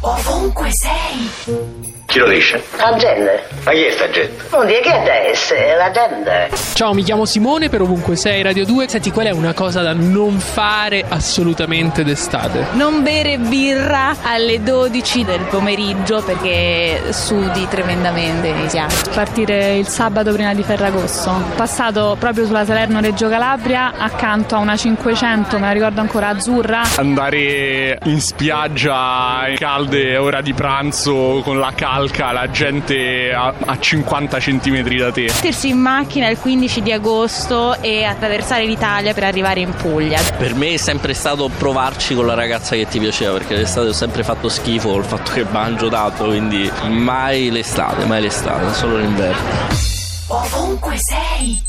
Ovunque sei. Chi lo dice? Agende. Ma chi è sta gente? Non dire che è essere l'agenda. Ciao, mi chiamo Simone per ovunque sei Radio 2. Senti, qual è una cosa da non fare assolutamente d'estate? Non bere birra alle 12 del pomeriggio perché sudi tremendamente i ghiacci. partire il sabato prima di Ferragosto. Passato proprio sulla Salerno-Reggio Calabria, accanto a una 500, me la ricordo ancora, azzurra. andare in spiaggia in calde ora di pranzo con la calca, la gente a, a 50 centimetri da te. Mettersi in macchina il 15 di agosto e attraversare l'Italia per arrivare in Puglia. Per me è sempre stato provarci con la ragazza che ti piaceva, perché l'estate ho sempre fatto schifo col fatto che mangio tanto, quindi mai l'estate, mai l'estate, solo l'inverno. Ovunque sei.